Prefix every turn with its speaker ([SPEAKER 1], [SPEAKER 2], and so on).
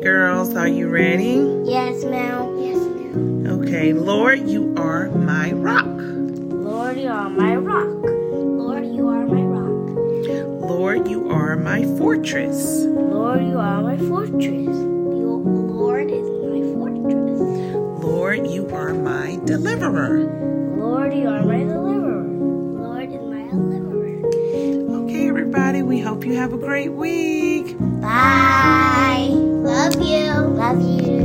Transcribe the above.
[SPEAKER 1] girls. Are you ready?
[SPEAKER 2] Yes, ma'am. Yes, ma'am.
[SPEAKER 1] Okay, Lord, you are my rock.
[SPEAKER 2] Lord, you are my rock. Lord, you are my rock.
[SPEAKER 1] Lord, you are my fortress.
[SPEAKER 2] Lord, you are my fortress. Lord is my fortress.
[SPEAKER 1] Lord, you are my deliverer.
[SPEAKER 2] Lord, you are my deliverer. Lord is my deliverer.
[SPEAKER 1] Okay, everybody, we hope you have a great week.
[SPEAKER 2] Bye. Love you. Love you.